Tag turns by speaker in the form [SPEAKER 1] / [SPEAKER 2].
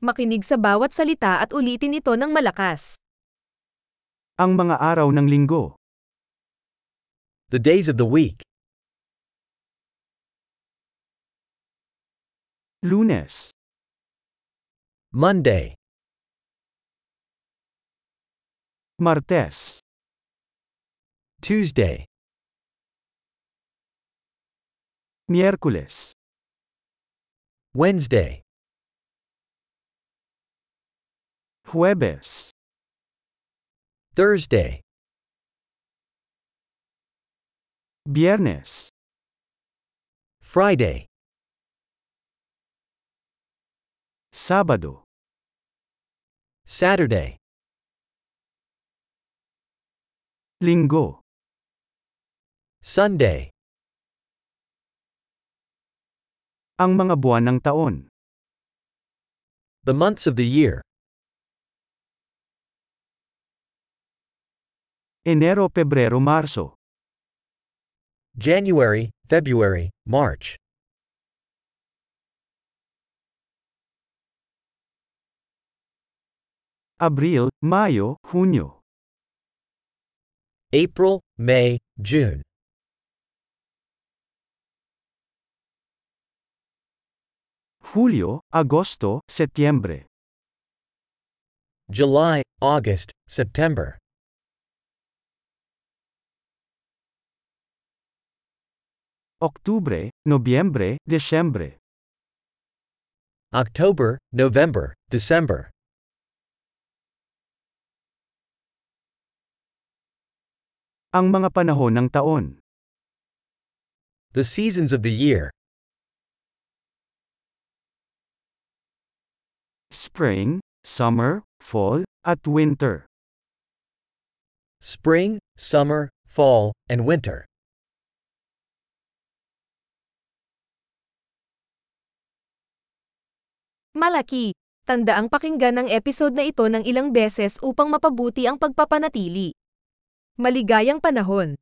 [SPEAKER 1] Makinig sa bawat salita at ulitin ito ng malakas.
[SPEAKER 2] Ang mga araw ng linggo,
[SPEAKER 3] The days of the week
[SPEAKER 2] Lunes,
[SPEAKER 3] Monday,
[SPEAKER 2] Martes,
[SPEAKER 3] Tuesday,
[SPEAKER 2] Miyerkules,
[SPEAKER 3] Wednesday,
[SPEAKER 2] Huwebes,
[SPEAKER 3] Thursday,
[SPEAKER 2] Biyernes,
[SPEAKER 3] Friday,
[SPEAKER 2] Sabado,
[SPEAKER 3] Saturday,
[SPEAKER 2] Linggo,
[SPEAKER 3] Sunday,
[SPEAKER 2] ang mga buwan ng taon,
[SPEAKER 3] the months of the year
[SPEAKER 2] Enero, Pebrero, Marso,
[SPEAKER 3] January, February, March,
[SPEAKER 2] Abril, Mayo, Hunyo,
[SPEAKER 3] April, May, June,
[SPEAKER 2] Hulyo, Agosto, Setyembre,
[SPEAKER 3] July, August, September,
[SPEAKER 2] Oktubre, Nobyembre, Desyembre,
[SPEAKER 3] October, November, December,
[SPEAKER 2] ang mga panahon ng taon,
[SPEAKER 3] the seasons of the year
[SPEAKER 2] Spring, Summer, Fall, at Winter,
[SPEAKER 3] spring, summer, fall, and winter,
[SPEAKER 1] Malaki! Tandaang pakinggan ang episode na ito ng ilang beses upang mapabuti ang pagpapanatili. Maligayang panahon!